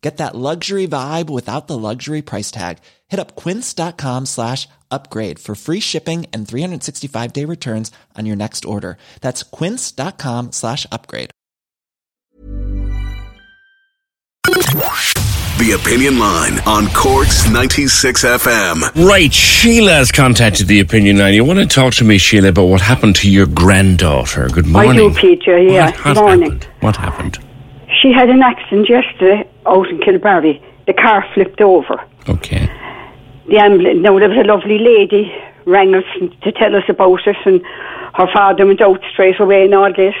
Get that luxury vibe without the luxury price tag. Hit up quince.com slash upgrade for free shipping and 365 day returns on your next order. That's quince.com slash upgrade. The Opinion Line on Cork's 96 FM. Right, Sheila has contacted the opinion line. You want to talk to me, Sheila, about what happened to your granddaughter? Good morning. I do, Peter. Yeah, What has morning. happened? What happened? She had an accident yesterday out in Kilbarry. The car flipped over. Okay. The ambulance. Now there was a lovely lady rang us to tell us about it, and her father went out straight away and all this.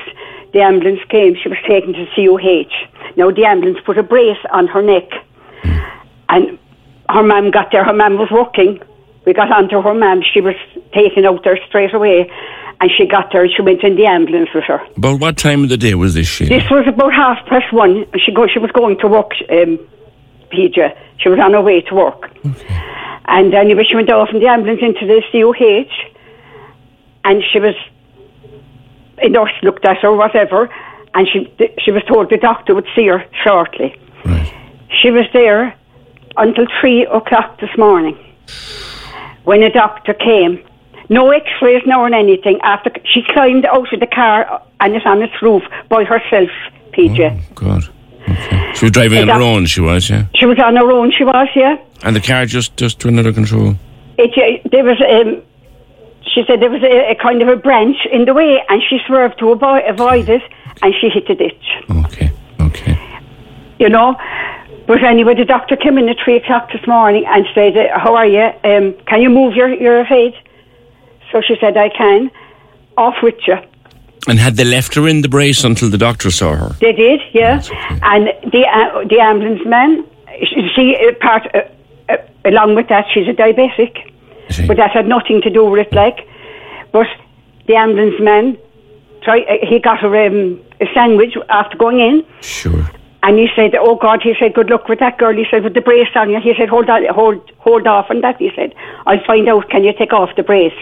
The ambulance came. She was taken to COH. Now the ambulance put a brace on her neck, and her mum got there. Her mum was working. We got onto her mum. She was taken out there straight away, and she got there. She went in the ambulance with her. About what time of the day was this, Sheila? This was about half past one. She go, she was going to work, um, PJ. She was on her way to work. And anyway, she went off in the ambulance into the COH. And she was, a nurse looked at her, whatever. And she, she was told the doctor would see her shortly. Right. She was there until three o'clock this morning when a doctor came. No x-rays, no on anything. After she climbed out of the car and is on its roof by herself, PJ. Oh, God. Okay. She was driving on Hey, her Doc. own, she was, yeah? She was on her own. She was yeah. And the car just, just went under control. It, uh, there was um, she said there was a, a kind of a branch in the way, and she swerved to avoid, avoid it, and she hit a ditch. Okay, okay. you know. But anyway, the doctor came in at three o'clock this morning and said, uh, "How are you? Um, can you move your your head?" So she said, "I can." Off with you. And had they left her in the brace until the doctor saw her? They did, yeah. That's okay. And the uh, the ambulance man, she, she uh, part uh, uh, along with that, she's a diabetic. See? but that had nothing to do with it, like. But the ambulance man, try, uh, he got her um, a sandwich after going in, Sure. and he said, "Oh God," he said, "Good luck with that girl." He said, "With the brace on you," he said, "Hold on, hold, hold off on that." He said, "I'll find out. Can you take off the brace?"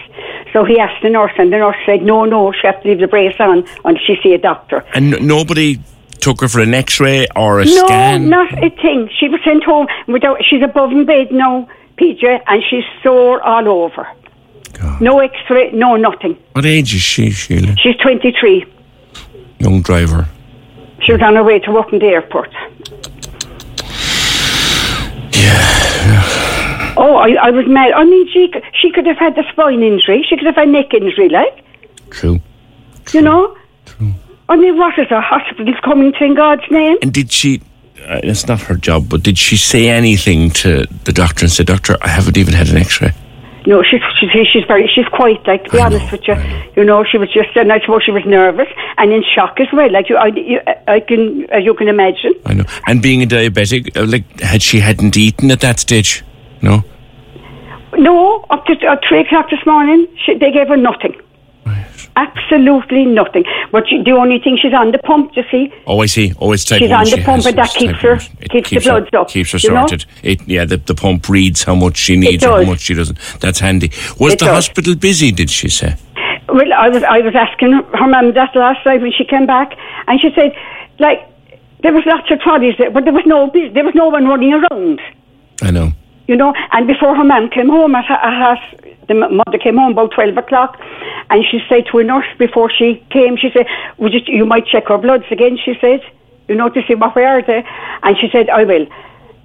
So he asked the nurse, and the nurse said, "No, no, she has to leave the brace on until she see a doctor." And n- nobody took her for an x-ray or a No, scan? not a thing. She was sent home without. She's above in bed now, PJ, and she's sore all over. God. No X-ray, no nothing. What age is she, Sheila? She's 23. Young driver. She was on her way to work in the airport. Yeah. Oh, I, I was mad. I mean, she, c- she could have had the spine injury. She could have had neck injury, like, True. you know? I mean, what is a hospital coming to in God's name? And did she? Uh, it's not her job, but did she say anything to the doctor and say, "Doctor, I haven't even had an X-ray"? No, she's, she's, she's very, she's quite, like, to be I honest know, with you. I know. You know, she was just, and I suppose she was nervous and in shock as well. Like, you, I, you, I can, as you can imagine. I know. And being a diabetic, uh, like, had she hadn't eaten at that stage? No. No, up to uh, three o'clock this morning, she, they gave her nothing. Absolutely nothing. But she, the only thing she's on the pump, you see. Oh, I see. Oh, it's type She's one on she the pump, has. but that It's keeps type her- one. It keeps the bloods up, Keeps her you know? sorted. It, yeah, the, the pump reads how much she needs, how does. much she doesn't. That's handy. Was It the does. hospital busy? Did she say? Well, I was I was asking her mum that last night when she came back, and she said, like, there was lots of trolleys there, but there was no bus- there was no one running around, I know. you know. And before her mum came home, at, ha- at half, the m- mother came home about twelve o'clock, and she said to a nurse before she came, she said, "Would you, you might check her bloods again?" She said, "You know to see what we are there," and she said, "I will."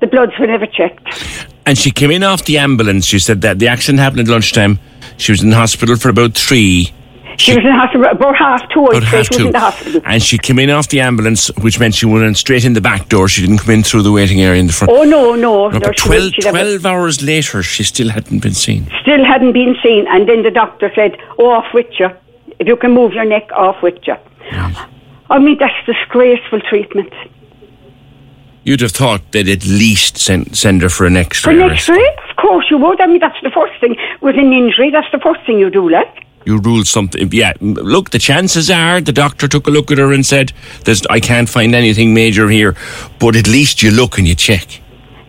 The bloods were never checked. And she came in off the ambulance. She said that the accident happened at lunchtime. She was in hospital for about three. She, was in hospital about half two. I'd About say. half she was two. in the hospital. And she came in off the ambulance, which meant she went in straight in the back door. She didn't come in through the waiting area in the front. Oh no, no, No, no, but she was- 12, she'd have a- 12 hours later, she still hadn't been seen. still hadn't been seen. And then the doctor said, "Oh, off with you. If you can move your neck, off with you." I mean, that's disgraceful treatment. You'd have thought they'd at least send, send her for an For X-ray. an or a- X-ray, of course you would. I mean, that's the first thing with an injury. That's the first thing you do, like. You ruled something. Yeah, m- look, the chances are the doctor took a look at her and said, There's, I can't find anything major here, but at least you look and you check.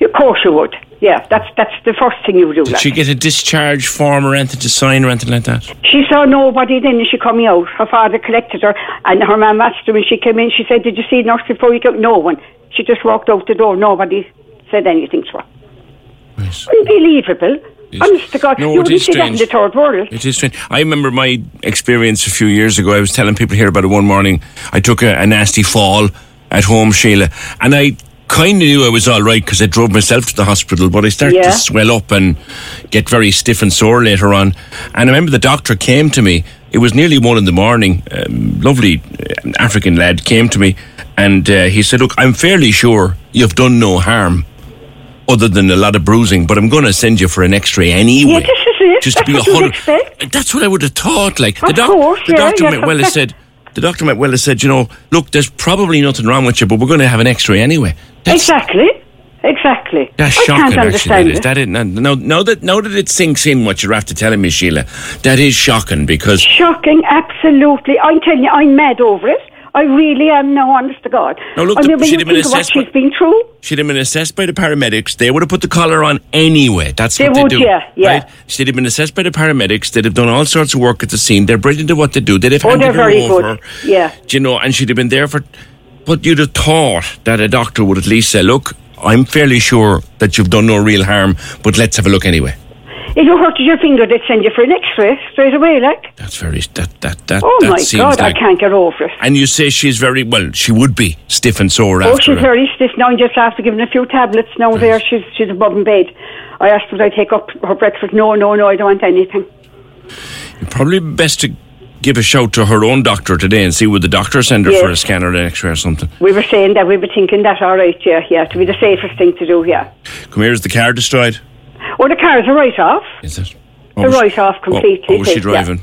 Of course you would. Yeah, that's that's the first thing you do. Did like. she get a discharge form or anything to sign or anything like that? She saw nobody then and she come out. Her father collected her and her mum asked her when she came in, she said, Did you see nurse before you came? No one. She just walked out the door. Nobody said anything to her. Yes. Unbelievable. It's- Honest to God, No, you it wouldn't is see that in strange. the third world. It is strange. I remember my experience a few years ago. I was telling people here about it one morning. I took a, a nasty fall at home, Sheila, and I kind of knew I was all right because I drove myself to the hospital, but I started Yeah. to swell up and get very stiff and sore later on. And I remember the doctor came to me. It was nearly one in the morning. Um, lovely uh, African lad came to me and uh, he said, Look, I'm fairly sure you've done no harm. Other than a lot of bruising, but I'm going to send you for an X-ray anyway. Yeah, this is it. Just to That's be a what you'd hundred. expect. That's what I would have thought. Like the, Of course, the yeah, doctor yeah, might well have that's- said, the doctor might well have said, you know, look, there's probably nothing wrong with you, but we're going to have an X-ray anyway. That's, Exactly. Exactly. That's I shocking. can't understand Actually, that is. it. That is now, now- now that now that it sinks in what you're after telling me, Sheila, that is shocking because Shocking, absolutely. I'm telling you, I'm mad over it. I really am now, honest to God. Now, look, I the- mean, when she'd you have been think of what assessed by- she's been through, she'd have been assessed by the paramedics. They would have put the collar on anyway. That's They what they would, do. yeah, yeah. Right? She'd have been assessed by the paramedics. They'd have done all sorts of work at the scene. They're brilliant at what they do. They'd have Oh, handed they're her very over. good. Yeah. Do you know, and she'd have been there for. But you'd have thought that a doctor would at least say, "Look, I'm fairly sure that you've done no real harm, but let's have a look anyway." if you hurted your finger, they'd send you for an x-ray straight away, like. That's very that that that. Oh, that my seems God, I like- can't get over it. And you say she's very well. She would be stiff and sore Oh, after. she's it. very stiff now, and just after giving a few tablets now there, she's she's above in bed. I asked her would I take up her breakfast. No, no, no, I don't want anything. Probably best to give a shout to her own doctor today and see would the doctor send her Yes. for a scan or an X-ray or something. We were saying that, we were thinking that, all right, yeah, yeah, to be the safest thing to do, yeah. Come here, is the car destroyed? Oh, the car's a write-off. Is it? A write-off what- What, completely, was she yeah. driving?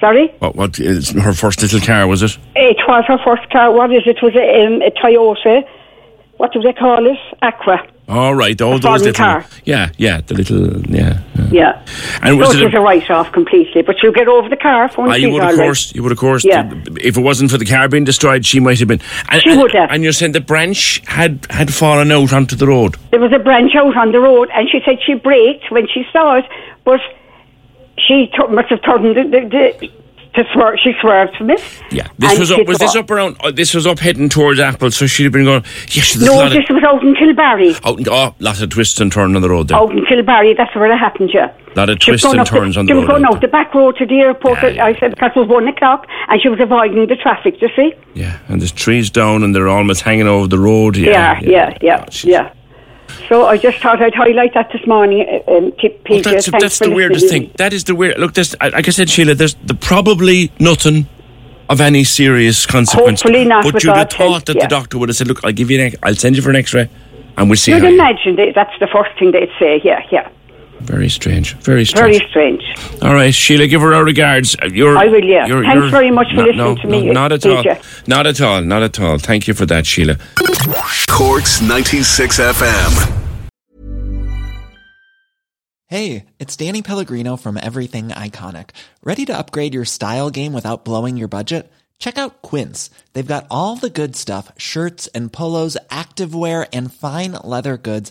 Sorry? What? What is her first little car? Was it? It was her first car. What is it? It was a, um, a Toyota. What do they call it? Aqua. All right, all A those foreign little. car. Yeah, yeah, the little. Yeah. yeah. Yeah. And So was it it? was a write-off completely, but you get over the car. Ah, Once you she's would of all right. course. You would of course. Yeah. If it wasn't for the car being destroyed, she might have been. And, She would have. And you're saying the branch had had fallen out onto the road. there was a branch out on the road, and she said she braked when she saw it, but she tu- must have turned the, the, the to swerve. She swerved from it. Yeah, this and was she up, was this got- up around? Oh, this was up heading towards Apple, so she'd have been going. Yes, there's a No, lot this was out in Kilbarry. of out and oh, lot of twists and turns on the road there. Out in Kilbarry, Oh, that's where it happened, yeah. Lot of She was twists going and up turns on the She was road going out there. out the back road to the airport. Yeah, yeah, I said that was one o'clock, and she was avoiding the traffic. You see? Yeah, and there's trees down, and they're almost hanging over the road. Yeah, Yeah, yeah, yeah, Oh, she's- yeah. So I just thought I'd highlight that this morning, uh, um, P- Well, PJ. that's Thanks that's for the weirdest listening. thing. That is the weird. Look, there's like I said, Sheila. There's the probably nothing of any serious consequence. Hopefully not, But with you'd have God's help, thought that the yeah. doctor would have said, "Look, I'll give you an. X- I'll send you for an X-ray, and we'll see." You'd how you-" imagine that that's the first thing they'd say. Yeah, yeah. Very strange. Very strange. Very strange. All right, Sheila, give her our regards. Uh, You're, I will, yeah. you're- Thanks you're- very much for no, listening no, to me, No, not at all. Peter. Not at all. Not at all. Thank you for that, Sheila. Corks 96 FM. Hey, it's Danny Pellegrino from Everything Iconic. Ready to upgrade your style game without blowing your budget? Check out Quince. They've got all the good stuff shirts and polos, activewear, and fine leather goods,